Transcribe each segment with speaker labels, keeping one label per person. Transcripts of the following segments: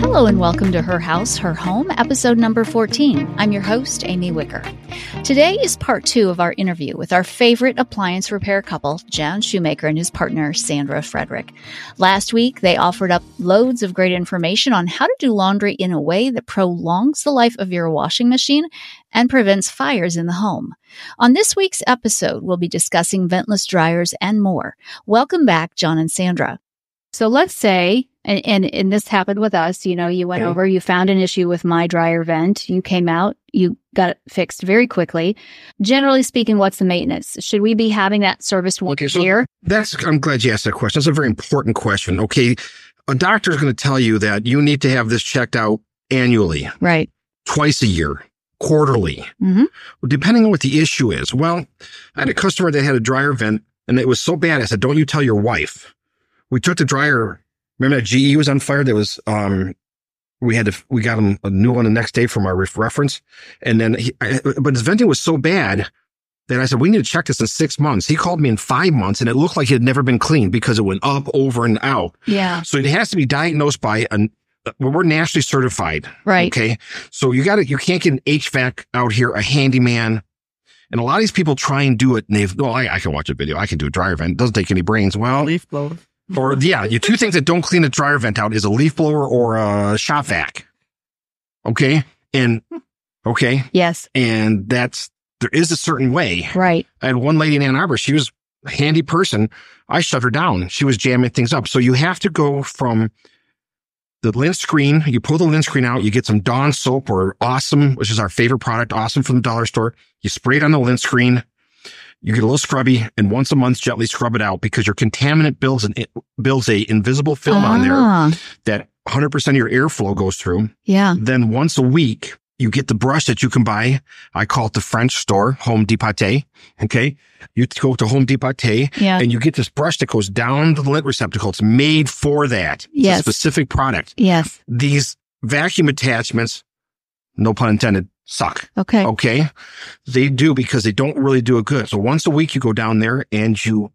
Speaker 1: Hello and welcome to Her House, Her Home, episode number 14. I'm your host, Amy Wicker. Today is part two of our interview with our favorite appliance repair couple, John Shoemaker and his partner, Sandra Frederick. Last week, they offered up loads of great information on how to do laundry in a way that prolongs the life of your washing machine and prevents fires in the home. On this week's episode, we'll be discussing ventless dryers and more. Welcome back, John and Sandra.
Speaker 2: So let's say, and, and, and this happened with us, you know, you went
Speaker 3: Okay.
Speaker 2: over, you found an issue with my dryer vent, you came out, you got it fixed very quickly. Generally speaking, what's the maintenance? Should we be having that serviced once
Speaker 3: Okay,
Speaker 2: a
Speaker 3: so-
Speaker 2: year?
Speaker 3: That's, I'm glad you asked that question. That's a very important question. Okay. A doctor's going to tell you that you need to have this checked out annually,
Speaker 1: Right.
Speaker 3: twice a year, quarterly,
Speaker 2: Mhm.
Speaker 3: depending on what the issue is. Well, I had a customer that had a dryer vent and it was so bad. I said, don't you tell your wife. We took the dryer. Remember that GE was on fire? There was, um, we had to, we got him a new one the next day from our ref- reference. And then, he, I, but his venting was so bad that I said, we need to check this in six months. He called me in five months and it looked like it had never been cleaned because it went up, over, and out.
Speaker 1: Yeah.
Speaker 3: So it has to be diagnosed by an, we're nationally certified.
Speaker 1: Right.
Speaker 3: Okay. So you got to, you can't get an HVAC out here, a handyman. And a lot of these people try and do it and they've, well, I, I can watch a video. I can do a dryer vent. It doesn't take any brains. Well,
Speaker 4: leaf blower.
Speaker 3: or yeah, you two things that don't clean a dryer vent out is a leaf blower or a shop vac. Okay. And okay.
Speaker 1: Yes.
Speaker 3: And that's, there is a certain way.
Speaker 1: Right.
Speaker 3: I had one lady in Ann Arbor. She was a handy person. I shut her down. She was jamming things up. So you have to go from the lint screen. You pull the lint screen out. You get some Dawn soap or Awesome, which is our favorite product, Awesome from the dollar store. You spray it on the lint screen. You get a little scrubby, and once a month, gently scrub it out because your contaminant builds an it builds a invisible film on there
Speaker 1: Ah,
Speaker 3: that 100% of your airflow goes through.
Speaker 1: Yeah.
Speaker 3: Then once a week, you get the brush that you can buy. I call it the French store, Home Depot. Okay. You go to Home Depot
Speaker 1: Yeah.
Speaker 3: and you get this brush that goes down to the lint receptacle. It's made for that. It's
Speaker 1: Yes.
Speaker 3: a specific product.
Speaker 1: Yes.
Speaker 3: These vacuum attachments, no pun intended, suck.
Speaker 1: Okay.
Speaker 3: Okay. They do because they don't really do it good. So once a week, you go down there and you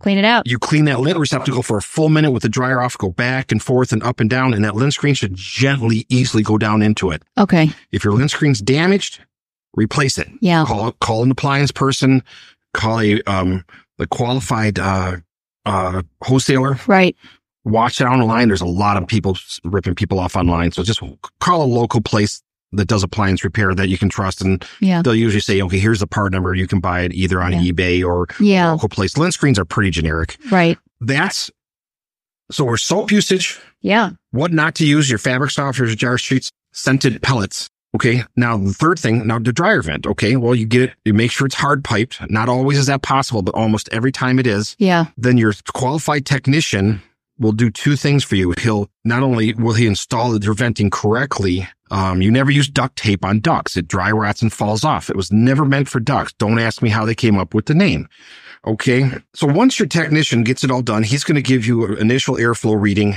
Speaker 2: Clean it out.
Speaker 3: you clean that lint receptacle for a full minute with the dryer off, go back and forth and up and down, and that lint screen should gently, easily go down into it.
Speaker 1: Okay.
Speaker 3: If your lint screen's damaged, replace it.
Speaker 1: Yeah.
Speaker 2: Oh.
Speaker 3: Call call an appliance person, call a um the qualified uh uh wholesaler.
Speaker 1: Right.
Speaker 3: Watch it online. There's a lot of people ripping people off online, so just call a local place that does appliance repair that you can trust, and
Speaker 1: Yeah.
Speaker 3: they'll usually say, "Okay, here's the part number. You can buy it either on
Speaker 1: Yeah.
Speaker 3: eBay or
Speaker 2: Oh.
Speaker 1: Yeah.
Speaker 3: local place." Lint screens are pretty generic
Speaker 1: Right.
Speaker 3: that's so we're soap usage,
Speaker 2: Yeah.
Speaker 3: what not to use, your fabric softeners, jar sheets, scented pellets. Okay. Now the third thing, now the dryer vent. Okay. Well, you get it, you make sure it's hard piped. Not always is that possible, but almost every time it is.
Speaker 1: Yeah.
Speaker 3: Then your qualified technician will do two things for you. He'll not only will he install the venting correctly. Um, you never use duct tape on ducts. It dry rots and falls off. It was never meant for ducts. Don't ask me how they came up with the name. Okay. So once your technician gets it all done, he's going to give you an initial airflow reading.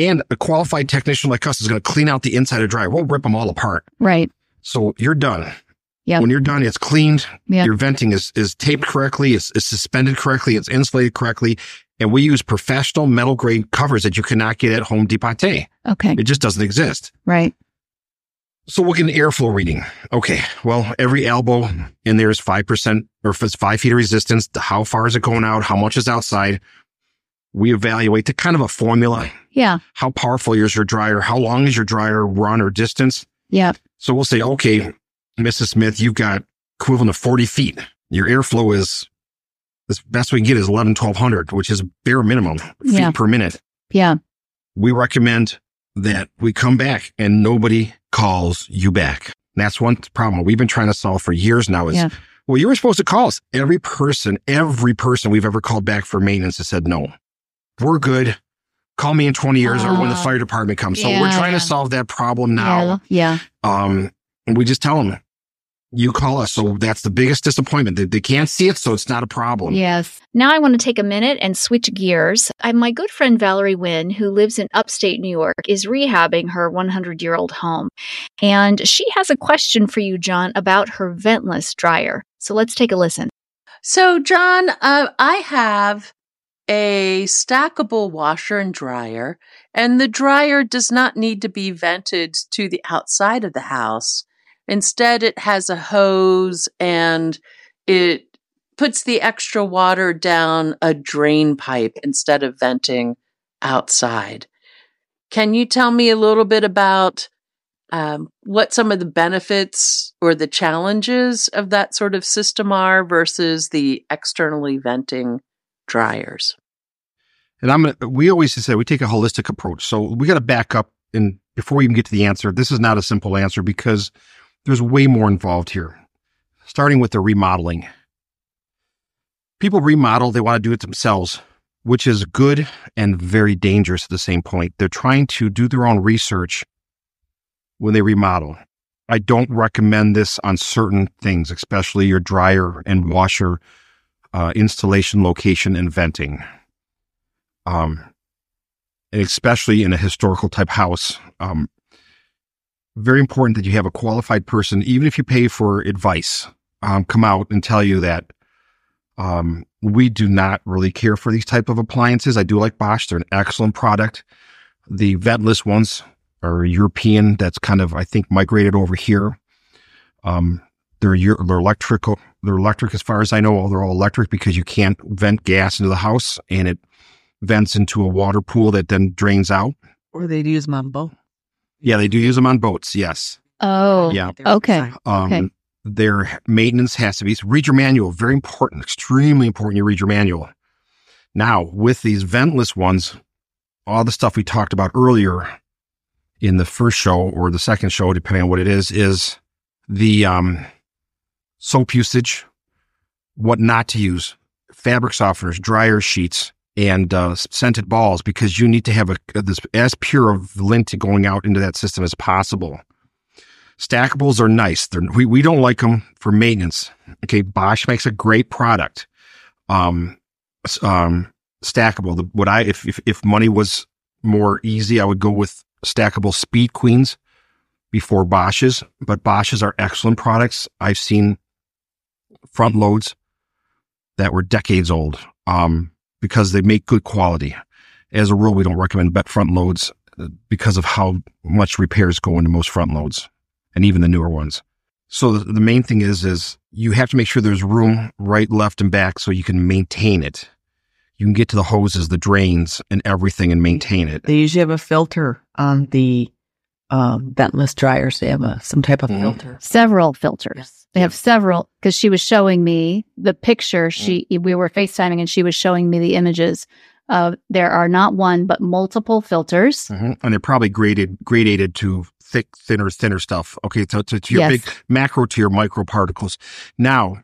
Speaker 3: And a qualified technician like us is going to clean out the inside of the dryer. We'll rip them all apart.
Speaker 1: Right.
Speaker 3: So you're done.
Speaker 1: Yeah.
Speaker 3: When you're done, it's cleaned.
Speaker 1: Yeah.
Speaker 3: Your venting is, is taped correctly. It's, it's suspended correctly. It's insulated correctly. And we use professional metal grade covers that you cannot get at Home Depot. It
Speaker 1: Okay.
Speaker 3: just doesn't exist.
Speaker 1: Right.
Speaker 3: So we'll get an airflow reading. Okay. Well, every elbow in there is 5% or if it's five feet of resistance. How far is it going out? How much is outside? We evaluate the kind of a formula.
Speaker 1: Yeah.
Speaker 3: How powerful is your dryer? How long is your dryer run or distance?
Speaker 1: Yeah.
Speaker 3: So we'll say, okay, Mrs. Smith, you've got equivalent of 40 feet. Your airflow is, the best we can get is 11, 1200, which is bare minimum feet
Speaker 1: Yeah.
Speaker 3: per minute.
Speaker 1: Yeah.
Speaker 3: We recommend that we come back and nobody calls you back. And that's one problem we've been trying to solve for years now is,
Speaker 1: Yeah.
Speaker 3: well, you were supposed to call us. Every person, every person we've ever called back for maintenance has said, no, we're good. Call me in 20 years or when the
Speaker 1: Ah.
Speaker 3: fire department comes. So we're
Speaker 1: Yeah.
Speaker 3: trying to solve that problem now
Speaker 1: Yeah.
Speaker 3: um, and we just tell them you call us. So that's the biggest disappointment. They, they can't see it, so it's not a problem.
Speaker 2: Yes.
Speaker 1: Now I want to take a minute and switch gears. I, my good friend Valerie Wynn, who lives in upstate New York, is rehabbing her 100 year old home. And she has a question for you, John, about her ventless dryer. So let's take a listen.
Speaker 5: So, John, uh, I have
Speaker 4: a stackable washer and dryer, and the dryer does not need to be vented to the outside of the house. Instead, it has a hose and it puts the extra water down a drain pipe instead of venting outside. Can you tell me a little bit about um, what some of the benefits or the challenges of that sort of system are versus the externally venting dryers?
Speaker 3: And I'm gonna, we always say we take a holistic approach. So we got to back up and before we even get to the answer, this is not a simple answer because there's way more involved here. Starting with the remodeling. People remodel, they want to do it themselves, which is good and very dangerous at the same point. They're trying to do their own research when they remodel. I don't recommend this on certain things, especially your dryer and washer uh, installation location and venting. Um, and especially in a historical type house. Um, very important that you have a qualified person, even if you pay for advice, um, come out and tell you that um, we do not really care for these type of appliances. I do like Bosch; they're an excellent product. The ventless ones are European. That's kind of I think migrated over here. Um, they're Euro- they're electrical. They're electric, as far as I know. They're all electric because you can't vent gas into the house, and it vents into a water pool that then drains out.
Speaker 5: Or they'd use mumbo.
Speaker 3: Yeah, they do use them on boats. Yes.
Speaker 2: Oh,
Speaker 3: Yeah.
Speaker 2: okay.
Speaker 3: Um,
Speaker 2: Okay.
Speaker 3: Their maintenance has to be read your manual. Very important, extremely important. You read your manual. Now, with these ventless ones, all the stuff we talked about earlier in the first show or the second show, depending on what it is, is the um, soap usage, what not to use, fabric softeners, dryer sheets, and uh, scented balls, because you need to have a, this as pure of lint going out into that system as possible. Stackables are nice. They're, we, we don't like them for maintenance. Okay. Bosch makes a great product. Um, s- um, stackable. The, what I, if, if, if money was more easy, I would go with stackable speed queens before Bosch's, but Bosch's are excellent products. I've seen front loads that were decades old, um, because they make good quality. As a rule, we don't recommend bet front loads uh, because of how much repairs go into most front loads and even the newer ones. So the the main thing is is you have to make sure there's room right, left, and back so you can maintain it. You can get to the hoses, the drains, and everything, and maintain it.
Speaker 5: They usually have a filter on the um, ventless dryers. They have a, some type of
Speaker 2: Mm-hmm.
Speaker 3: Mhm.
Speaker 5: filter.
Speaker 2: Several filters.
Speaker 5: Yes.
Speaker 2: They have several because she was showing me the
Speaker 3: Mm.
Speaker 2: picture. She we were FaceTiming and she was showing me the images. Of there are not one but multiple filters.
Speaker 3: Mhm. And they're probably graded gradated to thick, thinner, thinner stuff. Okay, so to, to your
Speaker 2: Yes.
Speaker 3: big macro to your micro particles. Now,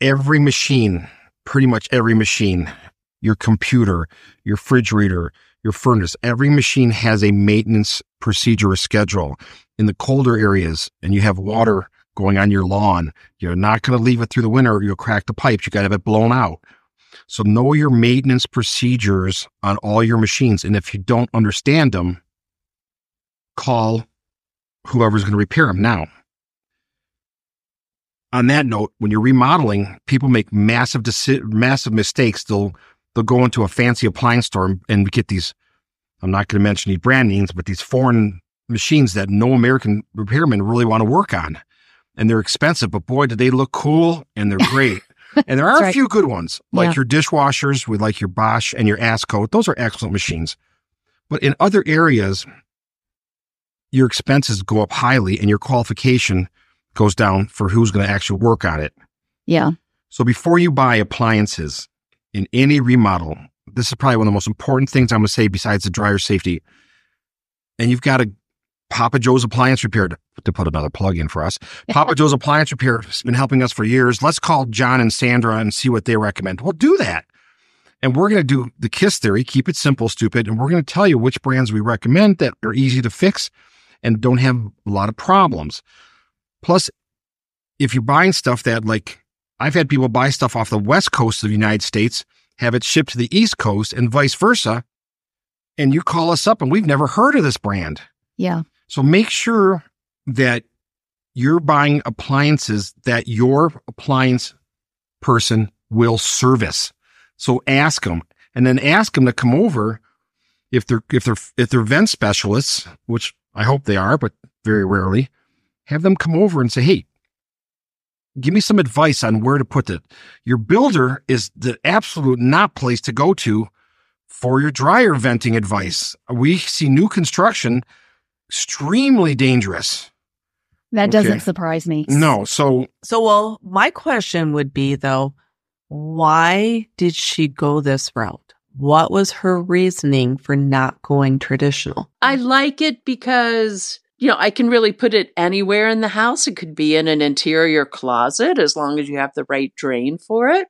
Speaker 3: every machine, pretty much every machine, your computer, your refrigerator, your furnace, every machine has a maintenance procedure or schedule. In the colder areas, and you have water going on your lawn, you're not going to leave it through the winter. or You'll crack the pipes. You got to have it blown out. So know your maintenance procedures on all your machines. And if you don't understand them, call whoever's going to repair them now. On that note, when you're remodeling, people make massive deci- massive mistakes. They'll they'll go into a fancy appliance store and- and get these. I'm not going to mention any brand names, but these foreign machines that no American repairman really want to work on, and they're expensive. But boy, do they look cool and they're great. and there are
Speaker 2: That's
Speaker 3: a
Speaker 2: right.
Speaker 3: few good ones, like
Speaker 2: Yeah.
Speaker 3: your dishwashers, with like your Bosch and your Asco. Those are excellent machines. But in other areas, your expenses go up highly, and your qualification goes down for who's going to actually work on it.
Speaker 2: Yeah.
Speaker 3: So before you buy appliances in any remodel, this is probably one of the most important things I'm going to say besides the dryer safety. And you've got a Papa Joe's appliance repair to, to put another plug in for us. Papa Joe's appliance repair has been helping us for years. Let's call John and Sandra and see what they recommend. Well, do that. And we're going to do the KISS theory, keep it simple, stupid. And we're going to tell you which brands we recommend that are easy to fix and don't have a lot of problems. Plus, if you're buying stuff that like I've had people buy stuff off the west coast of the United States, have it shipped to the east coast, and vice versa. And you call us up, and we've never heard of this brand.
Speaker 2: Yeah.
Speaker 3: So make sure that you're buying appliances that your appliance person will service. So ask them. and then ask them to come over if they're if they're if they're vent specialists, which I hope they are, but very rarely, have them come over and say, "Hey, give me some advice on where to put it." Your builder is the absolute not place to go to for your dryer venting advice. We see new construction extremely dangerous.
Speaker 2: That doesn't
Speaker 3: Okay.
Speaker 2: surprise me.
Speaker 3: No, so
Speaker 5: So, well, my question would be though, why did she go this route? What was her reasoning for not going traditional?
Speaker 4: I like it because, you know, I can really put it anywhere in the house. It could be in an interior closet as long as you have the right drain for it.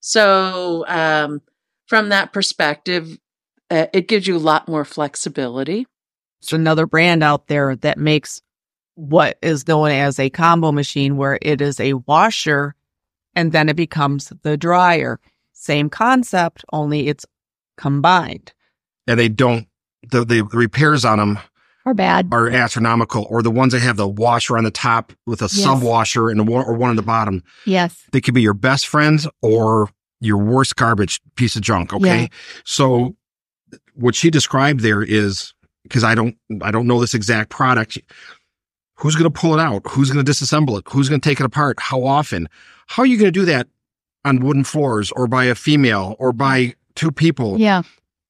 Speaker 4: So, um, from that perspective, uh, it gives you a lot more flexibility.
Speaker 5: It's another brand out there that makes what is known as a combo machine, where it is a washer and then it becomes the dryer. Same concept, only it's combined.
Speaker 3: and they don't the, the repairs on them
Speaker 2: Or bad.
Speaker 3: are astronomical, or the ones that have the washer on the top with a
Speaker 2: Yes.
Speaker 3: sub washer and one, or one on the bottom.
Speaker 2: Yes.
Speaker 3: They could be your best friends or your worst garbage piece of junk. Okay.
Speaker 2: Yeah.
Speaker 3: So what she described there is because I don't I don't know this exact product. Who's going to pull it out? Who's going to disassemble it? Who's going to take it apart? How often? How are you going to do that on wooden floors or by a female or by two people?
Speaker 2: Yeah.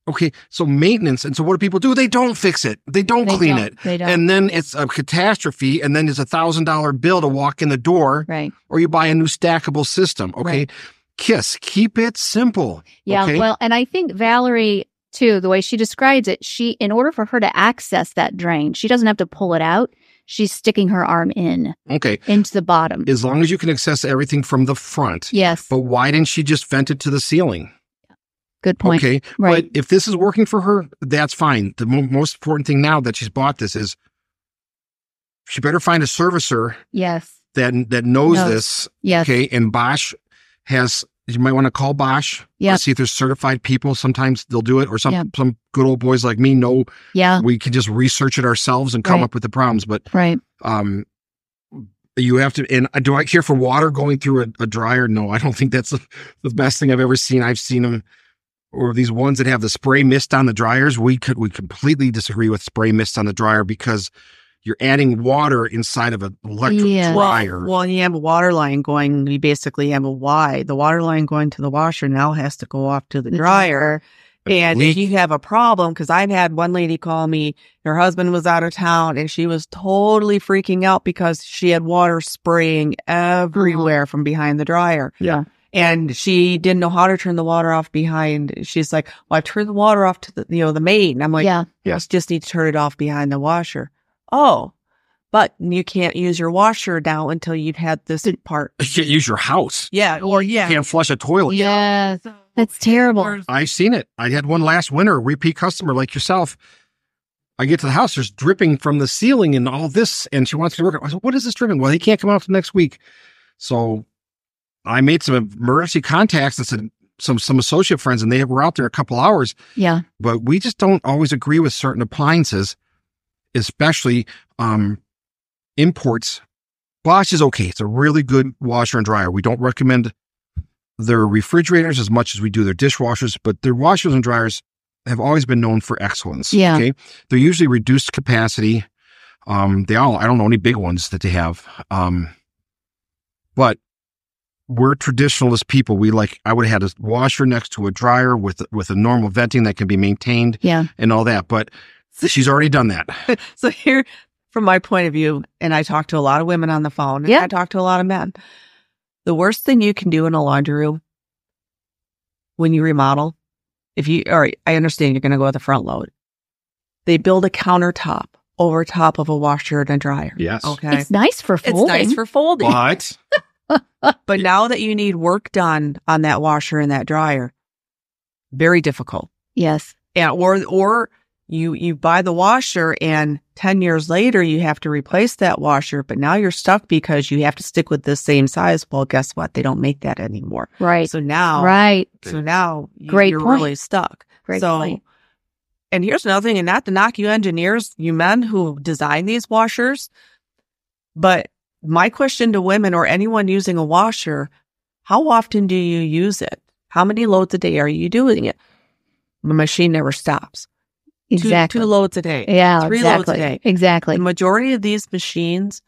Speaker 3: Okay. So maintenance. And so what do people do? They don't fix it. They don't
Speaker 2: They
Speaker 3: clean
Speaker 2: don't-
Speaker 3: it
Speaker 2: They don't.
Speaker 3: and then it's a catastrophe and then it's a thousand dollar bill to walk in the door
Speaker 2: right.
Speaker 3: or you buy a new stackable system okay
Speaker 2: Right.
Speaker 3: kiss keep it simple
Speaker 2: Yeah.
Speaker 3: okay?
Speaker 2: Well, and I think Valerie too, the way she describes it, she in order for her to access that drain, she doesn't have to pull it out. She's sticking her arm in
Speaker 3: okay
Speaker 2: into the bottom.
Speaker 3: as long as you can access everything from the front
Speaker 2: yes.
Speaker 3: but why didn't she just vent it to the ceiling
Speaker 2: Good point.
Speaker 3: okay
Speaker 2: right.
Speaker 3: but if this is working for her that's fine the mo- most important thing now that she's bought this is she better find a servicer
Speaker 2: yes.
Speaker 3: that that knows
Speaker 2: Knows.
Speaker 3: this
Speaker 2: Yes.
Speaker 3: Okay, and Bosch has. You might want to call Bosch.
Speaker 2: Yeah.
Speaker 3: to See if there's certified people. Sometimes they'll do it, or some
Speaker 2: Yeah.
Speaker 3: some good old boys like me know
Speaker 2: Yeah.
Speaker 3: we can just research it ourselves and come
Speaker 2: Uh. Right.
Speaker 3: up with the problems. But
Speaker 2: Right.
Speaker 3: um, you have to. And do I care for water going through a, a dryer? No, I don't think that's the, the best thing I've ever seen. I've seen them, or these ones that have the spray mist on the dryers. We could we completely disagree with spray mist on the dryer because you're adding water inside of an electric
Speaker 2: Yeah. Well-
Speaker 3: dryer.
Speaker 5: Well, well, you have a water line going. You basically have a Y. The water line going to the washer now has to go off to the
Speaker 2: The
Speaker 5: dryer. And
Speaker 3: Leak.
Speaker 5: if you have a problem, because I've had one lady call me, her husband was out of town and she was totally freaking out because she had water spraying everywhere from behind the dryer.
Speaker 2: Uh-huh. Yeah.
Speaker 5: And she didn't know how to turn the water off behind. She's like, well, I turned the water off to the, you know, the main. I'm like,
Speaker 2: yeah.
Speaker 5: you just need to turn it off behind the washer. Oh, but you can't use your washer now until you've had this part.
Speaker 3: you can't use your house.
Speaker 5: Yeah, or yeah.
Speaker 3: can't flush a toilet.
Speaker 2: Yes. That's terrible.
Speaker 3: I've seen it. I had one last winter, repeat customer like yourself. I get to the house, there's dripping from the ceiling and all this, and she wants me to work. it. I said, What is this dripping? Well, he can't come out till next week. So I made some emergency contacts and some some some associate friends, and they were out there a couple hours,
Speaker 2: Yeah.
Speaker 3: but we just don't always agree with certain appliances, especially um imports. Bosch is okay. It's a really good washer and dryer. We don't recommend their refrigerators as much as we do their dishwashers, but their washers and dryers have always been known for excellence.
Speaker 2: Yeah.
Speaker 3: Okay. They're usually reduced capacity. Um, they all, I don't know any big ones that they have. Um, but we're traditionalist people. We like, I would have had a washer next to a dryer with, with a normal venting that can be maintained
Speaker 2: Yeah.
Speaker 3: and all that. But she's already done that.
Speaker 5: so here, from my point of view, and I talk to a lot of women on the phone. and
Speaker 2: Yeah.
Speaker 5: I talk to a lot of men. The worst thing you can do in a laundry room when you remodel, if you, all right, I understand you're going to go with a front load. They build a countertop over top of a washer and a dryer.
Speaker 3: Yes.
Speaker 5: Okay.
Speaker 2: It's nice for
Speaker 5: It's
Speaker 2: folding.
Speaker 5: nice for folding.
Speaker 3: But
Speaker 5: But now that you need work done on that washer and that dryer, very difficult.
Speaker 2: yes.
Speaker 5: And or or you you buy the washer and 10 years later you have to replace that washer, but now you're stuck because you have to stick with the same size. Well, guess what? They don't make that anymore.
Speaker 2: Right.
Speaker 5: So now
Speaker 2: right.
Speaker 5: so now you,
Speaker 2: Great
Speaker 5: you're
Speaker 2: point.
Speaker 5: really stuck.
Speaker 2: Great
Speaker 5: so
Speaker 2: point.
Speaker 5: and here's another thing, and not to knock you engineers, you men who design these washers, but my question to women or anyone using a washer, how often do you use it? How many loads a day are you doing it? The machine never stops. Two-
Speaker 2: Exactly.
Speaker 5: Two, loads a day.
Speaker 2: yeah,
Speaker 5: three loads a
Speaker 2: exactly.
Speaker 5: day.
Speaker 2: Exactly.
Speaker 5: The majority of these machines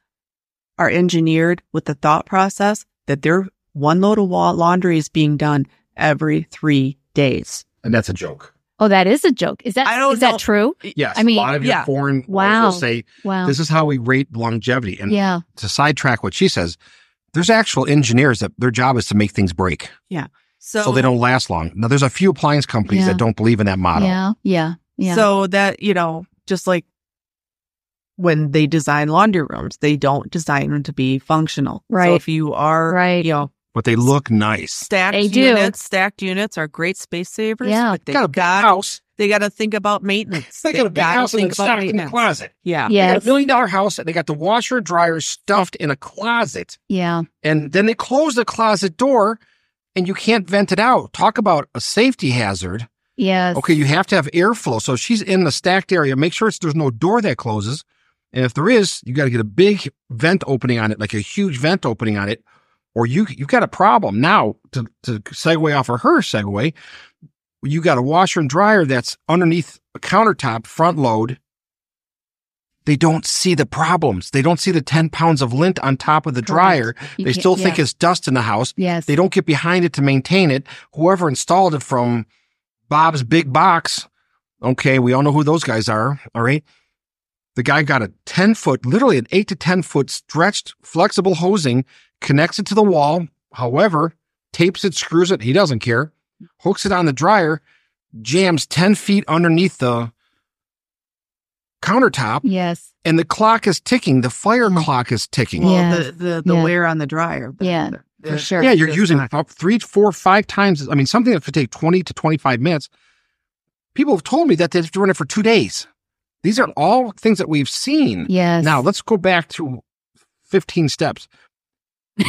Speaker 5: are engineered with the thought process that their one load of wa- laundry is being done every three days.
Speaker 3: And that's a joke.
Speaker 2: Oh, that is a joke. Is that
Speaker 5: I don't
Speaker 2: is
Speaker 5: know.
Speaker 2: that true?
Speaker 3: Yes.
Speaker 2: I mean,
Speaker 3: a lot of your
Speaker 5: yeah.
Speaker 3: foreign wars
Speaker 2: Wow.
Speaker 3: will say
Speaker 2: Wow.
Speaker 3: this is how we rate longevity. And
Speaker 2: yeah.
Speaker 3: to sidetrack what she says, there's actual engineers that their job is to make things break
Speaker 5: So,
Speaker 3: so, they don't last long. Now, there's a few appliance companies
Speaker 2: Yeah.
Speaker 3: that don't believe in that model.
Speaker 2: Yeah. Yeah. Yeah.
Speaker 5: So that, you know, just like when they design laundry rooms, they don't design them to be functional.
Speaker 2: Right.
Speaker 5: So if you are,
Speaker 2: Right.
Speaker 5: you know,
Speaker 3: But they look nice.
Speaker 5: stacked
Speaker 2: They do.
Speaker 5: units, stacked units are great space savers.
Speaker 2: Yeah.
Speaker 5: But they
Speaker 3: Got a
Speaker 5: got,
Speaker 3: big house.
Speaker 5: they got to think about maintenance.
Speaker 3: They got a big
Speaker 5: gotta
Speaker 3: house and
Speaker 5: think
Speaker 3: it's
Speaker 5: about
Speaker 3: stuffed in a
Speaker 5: maintenance.
Speaker 3: closet.
Speaker 5: Yeah.
Speaker 3: They got
Speaker 2: yes.
Speaker 3: a million dollar house and they got the washer and dryer stuffed in a closet.
Speaker 2: yeah.
Speaker 3: And then they close the closet door and you can't vent it out. Talk about a safety hazard.
Speaker 2: Yes.
Speaker 3: Okay, you have to have airflow. So if she's in the stacked area, make sure it's, there's no door that closes. And if there is, you got to get a big vent opening on it, like a huge vent opening on it, or you you've got a problem. Now to to segue off of her segue, you got a washer and dryer that's underneath a countertop, front load. They don't see the problems. They don't see the ten pounds of lint on top of the dryer.
Speaker 2: You
Speaker 3: they
Speaker 2: can't-
Speaker 3: still think
Speaker 2: yeah.
Speaker 3: it's dust in the house.
Speaker 2: Yes.
Speaker 3: They don't get behind it to maintain it. Whoever installed it from Bob's Big Box, okay, we all know who those guys are, all right? The guy got a 10 foot, literally an 8 to 10 foot stretched flexible hosing, connects it to the wall, however, tapes it, screws it, he doesn't care, hooks it on the dryer, jams 10 feet underneath the countertop,
Speaker 2: Yes.
Speaker 3: and the clock is ticking. The fire
Speaker 2: Yeah.
Speaker 3: clock is ticking.
Speaker 5: Well,
Speaker 2: Yeah.
Speaker 5: the, the, the
Speaker 2: Yeah.
Speaker 5: wear on the dryer. the-
Speaker 2: Yeah,
Speaker 5: the-
Speaker 2: for
Speaker 5: the-
Speaker 2: sure.
Speaker 3: Yeah, you're
Speaker 5: It's
Speaker 3: using
Speaker 5: not-
Speaker 3: up three, four, five times. I mean, something that could take 20 to 25 minutes. People have told me that they've run it for two days. These are all things that we've seen.
Speaker 2: Yes.
Speaker 3: Now, let's go back to 15 steps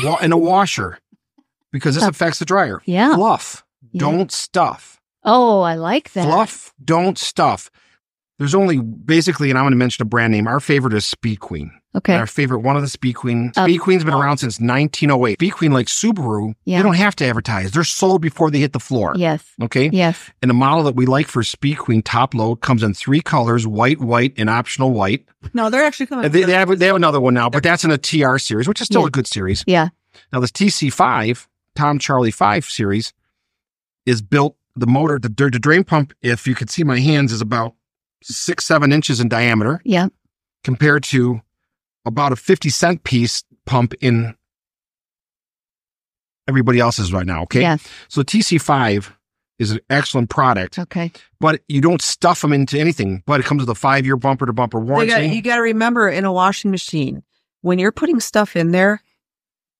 Speaker 3: Wa- and a washer because this affects the dryer.
Speaker 2: Yeah.
Speaker 3: Fluff,
Speaker 2: Oh. Yeah.
Speaker 3: don't stuff.
Speaker 2: Oh, I like that.
Speaker 3: Fluff, don't stuff. There's only basically, and I'm going to mention a brand name. Our favorite is Speed Queen.
Speaker 2: Okay.
Speaker 3: Our favorite one of the Speed Queen.
Speaker 2: Um,
Speaker 3: Speed Queen's been around since 1908. Speed Queen, like Subaru,
Speaker 2: Yeah.
Speaker 3: they don't have to advertise. They're sold before they hit the floor.
Speaker 2: Yes.
Speaker 3: Okay.
Speaker 2: Yes.
Speaker 3: And the model that we like for Speed Queen top load comes in three colors white, white, and optional white.
Speaker 5: No, they're actually coming.
Speaker 3: And They, they, have, they have another one now, but that's in a TR series, which is still
Speaker 2: Oh, Yeah.
Speaker 3: a good series.
Speaker 2: Yeah.
Speaker 3: Now, this TC5, Tom Charlie 5 series, is built the motor, the, the drain pump, if you could see my hands, is about six, seven inches in diameter
Speaker 2: Yeah.
Speaker 3: compared to about a 50 cent piece pump in everybody else's right now. Okay.
Speaker 2: Yes.
Speaker 3: So TC5 is an excellent product,
Speaker 2: Okay.
Speaker 3: but you don't stuff them into anything, but it comes with a five year bumper to bumper
Speaker 5: They
Speaker 3: warranty.
Speaker 5: got, e-, you got to remember in a washing machine, when you're putting stuff in there,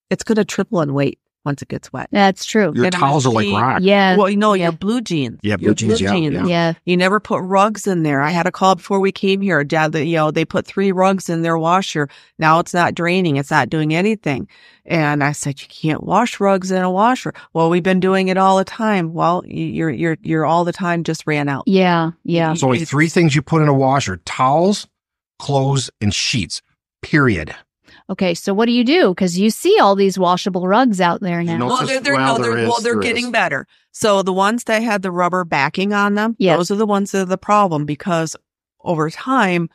Speaker 5: it's going to triple in weight once it gets wet.
Speaker 2: That's true.
Speaker 3: Your
Speaker 5: and a
Speaker 3: towels are like
Speaker 5: machine-
Speaker 3: rock.
Speaker 2: Yes.
Speaker 5: Well, you know,
Speaker 2: Yeah.
Speaker 5: your blue jeans.
Speaker 3: Yeah, blue
Speaker 5: Your
Speaker 3: jeans, yeah, yeah.
Speaker 2: yes.
Speaker 5: You never put rugs in there. I had a call before we came here. Dad, that, you know, they put three rugs in their washer. Now it's not draining. It's not doing anything. And I said, you can't wash rugs in a washer. Well, we've been doing it all the time. Well, y- your your your all the time just ran out.
Speaker 2: Yeah. Yeah.
Speaker 3: There's only
Speaker 5: It's-
Speaker 3: three things you put in a washer towels, clothes, and sheets, period.
Speaker 2: Okay. So what do you do? Because you see all these washable rugs out there now.
Speaker 3: No.
Speaker 5: Well,
Speaker 3: just-
Speaker 5: they're, they're,
Speaker 3: well,
Speaker 5: no,
Speaker 3: there
Speaker 5: they're,
Speaker 3: is-
Speaker 5: well, they're
Speaker 3: there
Speaker 5: getting
Speaker 3: is.
Speaker 5: better. So the ones that had the rubber backing on them,
Speaker 2: Yes.
Speaker 5: those are the ones that are the problem because over time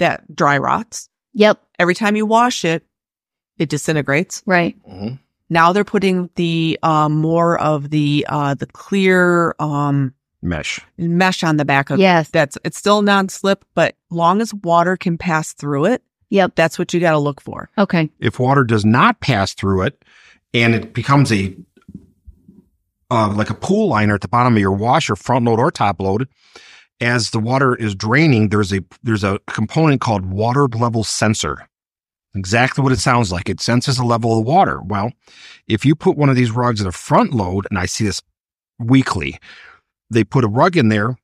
Speaker 5: that dry rots.
Speaker 2: Yep.
Speaker 5: Every time you wash it, it disintegrates.
Speaker 2: Right.
Speaker 5: Now they're putting the um, more of the uh, the clear um,
Speaker 3: Mesh.
Speaker 5: mesh on the back of
Speaker 2: Yes.
Speaker 5: that's it's still non-slip, but long as water can pass through it,
Speaker 2: Yep.
Speaker 5: that's what you got to look for.
Speaker 2: Okay.
Speaker 3: if water does not pass through it and it becomes a uh, like a pool liner at the bottom of your washer front load or top load as the water is draining there's a there's a component called water level sensor exactly what it sounds like it senses the level of the water well if you put one of these rugs in a front load and i see this weekly they put a rug in there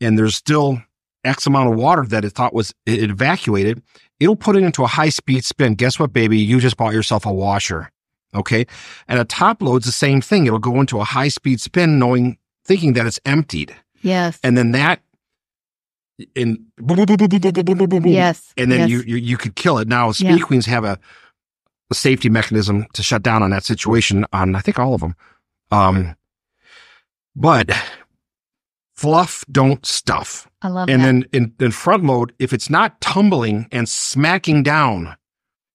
Speaker 3: and there's still x amount of water that it thought was it evacuated it'll put it into a high speed spin. Guess what, baby? You just bought yourself a washer. Okay. And a top load's the same thing. It'll go into a high speed spin, knowing, thinking that it's emptied.
Speaker 2: Yes.
Speaker 3: And then that, and boom, boom, boom, boom, boom, boom, boom, boom, boom, boom, boom.
Speaker 2: yes.
Speaker 3: And
Speaker 2: yes.
Speaker 3: then you, you, you could kill it. Now, speed
Speaker 2: Yeah.
Speaker 3: queens have a, a safety mechanism to shut down on that situation on, I think, all of them. Um, but Fluff, don't stuff.
Speaker 2: I love
Speaker 3: and
Speaker 2: that.
Speaker 3: then in, in front load, if it's not tumbling and smacking down,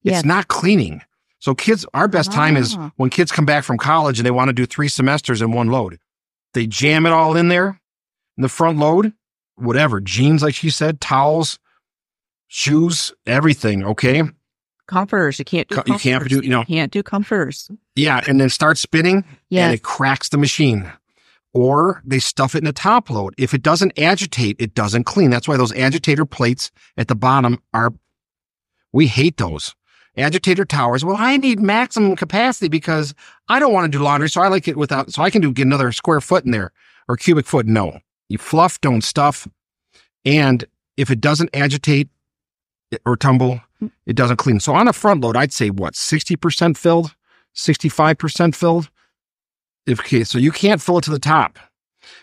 Speaker 2: Yes.
Speaker 3: it's not cleaning. So kids, our best time is
Speaker 2: Ah.
Speaker 3: when kids come back from college and they want to do three semesters in one load. They jam it all in there in the front load, whatever, jeans, like she said, towels, shoes, everything. Okay.
Speaker 5: Comforters. You can't do
Speaker 3: Co- you can't
Speaker 5: comforters.
Speaker 3: do- you know.
Speaker 5: can't do comforters.
Speaker 3: Yeah. And then start spinning and
Speaker 2: yes.
Speaker 3: it cracks the machine. Or they stuff it in a top load. If it doesn't agitate, it doesn't clean. That's why those agitator plates at the bottom are, we hate those. Agitator towers. Well, I need maximum capacity because I don't want to do laundry. So I like it without, so I can do get another square foot in there or cubic foot. No, you fluff, don't stuff. And if it doesn't agitate or tumble, it doesn't clean. So on a front load, I'd say what, 60% filled, 65% filled? If- Okay, so you can't fill it to the top.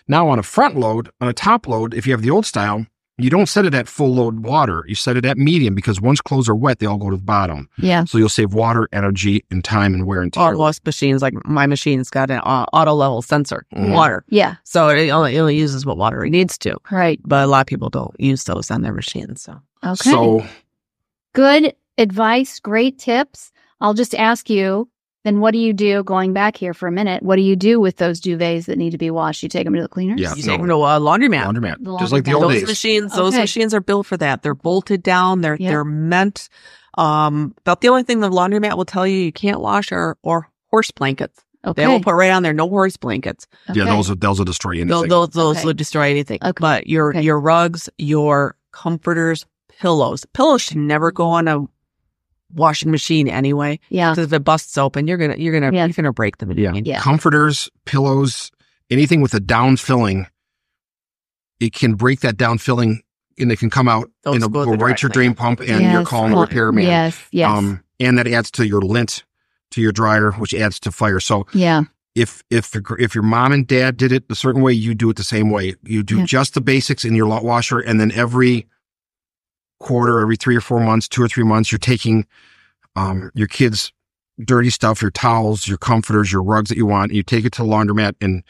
Speaker 3: Now on a front load, on a top load, if you have the old style, you don't set it at full load water. You set it at medium because once clothes are wet, they all go to the bottom.
Speaker 2: yeah.
Speaker 3: So you'll save water, energy, and time and wear and tear.
Speaker 5: Or most machines, like my machine's got an au- auto level sensor,
Speaker 3: Mhm.
Speaker 5: water.
Speaker 2: Yeah.
Speaker 5: So it only, it only uses what water it needs to.
Speaker 2: Right.
Speaker 5: But a lot of people don't use those on their machines. So
Speaker 2: Okay.
Speaker 3: So
Speaker 2: Good advice, great tips. I'll just ask you then what do you do going back here for a minute? What do you do with those duvets that need to be washed? You take them to the cleaners?
Speaker 3: Yeah.
Speaker 5: you
Speaker 3: no.
Speaker 5: take them to a laundromat.
Speaker 3: laundromat,
Speaker 2: The
Speaker 3: just like the
Speaker 2: laundromat.
Speaker 3: old
Speaker 5: those
Speaker 3: days.
Speaker 5: machines, those
Speaker 2: Okay.
Speaker 5: machines are built for that. They're bolted down. They're
Speaker 2: Yeah.
Speaker 5: they're meant. Um, about the only thing the laundromat will tell you you can't wash are or horse blankets.
Speaker 2: Okay.
Speaker 5: They will put right on there no horse blankets.
Speaker 3: Yeah,
Speaker 2: Okay.
Speaker 3: those will, those will destroy anything.
Speaker 5: Those those, those
Speaker 2: Okay.
Speaker 5: would destroy anything.
Speaker 2: Okay.
Speaker 5: But your
Speaker 2: Okay.
Speaker 5: your rugs, your comforters, pillows. Pillows should never go on a washing machine anyway
Speaker 2: Yeah.
Speaker 5: because if it busts open, you're gonna you're gonna
Speaker 2: Yeah.
Speaker 5: you're gonna break the
Speaker 3: Yeah.
Speaker 5: machine.
Speaker 2: Yeah.
Speaker 3: comforters, pillows, anything with a down filling, it can break that down filling and it can come out
Speaker 5: Those
Speaker 3: and it'll
Speaker 5: go
Speaker 3: go
Speaker 5: to the
Speaker 3: right to your
Speaker 5: dry
Speaker 3: drain pump and you're
Speaker 2: Yes.
Speaker 3: calling a
Speaker 5: Well,
Speaker 3: repairman. Um,
Speaker 2: Yes. Yes.
Speaker 3: and that adds to your lint to your dryer, which adds to fire. So
Speaker 2: yeah.
Speaker 3: if if the, gr- if your mom and dad did it a certain way, you do it the same way. You do
Speaker 2: Yeah.
Speaker 3: just the basics in your lot washer, and then every quarter, every three or four months, two or three months, you're taking um, your kids' dirty stuff, your towels, your comforters, your rugs that you want, and you take it to the laundromat and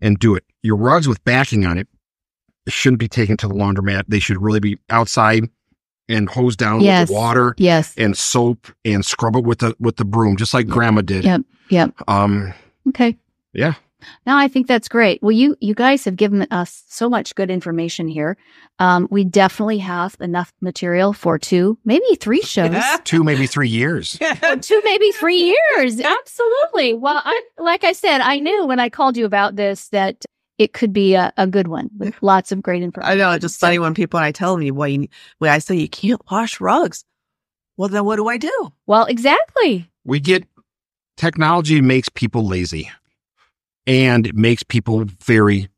Speaker 3: and do it. Your rugs with backing on it shouldn't be taken to the laundromat. They should really be outside and hosed down
Speaker 2: Yes.
Speaker 3: with water
Speaker 2: Yes.
Speaker 3: and soap and scrub it with the with the broom, just like
Speaker 2: Yep.
Speaker 3: Grandma did.
Speaker 2: Yep. Yep.
Speaker 3: Um,
Speaker 2: Okay.
Speaker 3: yeah.
Speaker 2: No, I think that's great. Well, you you guys have given us so much good information here. Um, we definitely have enough material for two, maybe three shows.
Speaker 3: two, maybe three years.
Speaker 5: Yeah.
Speaker 2: two, maybe three years. Absolutely. Well, I, like I said, I knew when I called you about this that it could be a, a good one with lots of great information.
Speaker 5: I know. It's just funny when people I tell them why you, when I say you can't wash rugs. Well, then what do I do?
Speaker 2: Well, exactly.
Speaker 3: We get technology makes people lazy and it makes people very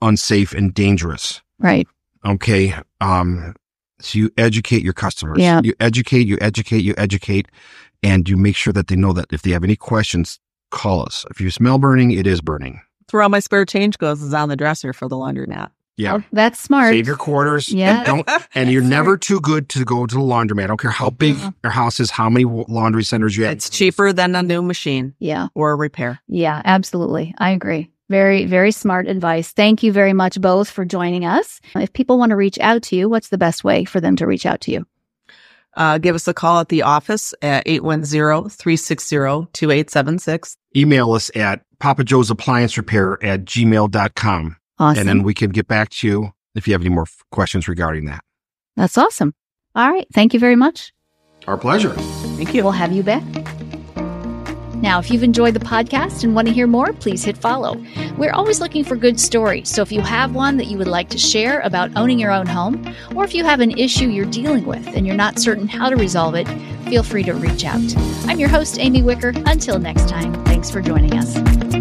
Speaker 3: unsafe and dangerous.
Speaker 2: Right.
Speaker 3: Okay. Um, so you educate your customers.
Speaker 2: Yeah.
Speaker 3: You educate, you educate, you educate, and you make sure that they know that if they have any questions, call us. If you smell burning, it is burning.
Speaker 5: It's where all my spare change goes is on the dresser for the laundromat.
Speaker 3: Yeah.
Speaker 2: Well, that's smart.
Speaker 3: Save your quarters.
Speaker 2: Yeah.
Speaker 3: And don't and you're never too good to go to the laundromat. I don't care how big
Speaker 2: Uh-uh.
Speaker 3: your house is, how many wa- laundry centers you have.
Speaker 5: It's cheaper than a new machine
Speaker 2: yeah.
Speaker 5: or a repair.
Speaker 2: Yeah, absolutely. I agree. Very, very smart advice. Thank you very much both for joining us. If people want to reach out to you, what's the best way for them to reach out to you?
Speaker 5: Uh, give us a call at the office at 810-360-2876.
Speaker 3: Email us at Papa Joe's Appliance Repair at gmail.com.
Speaker 2: Awesome.
Speaker 3: And then we can get back to you if you have any more f- questions regarding that.
Speaker 2: That's awesome. All right. Thank you very much.
Speaker 3: Our pleasure.
Speaker 5: Thank you.
Speaker 2: We'll have you back. Now, if you've enjoyed the podcast and want to hear more, please hit follow. We're always looking for good stories. So if you have one that you would like to share about owning your own home, or if you have an issue you're dealing with and you're not certain how to resolve it, feel free to reach out. I'm your host, Amy Wicker. Until next time, thanks for joining us.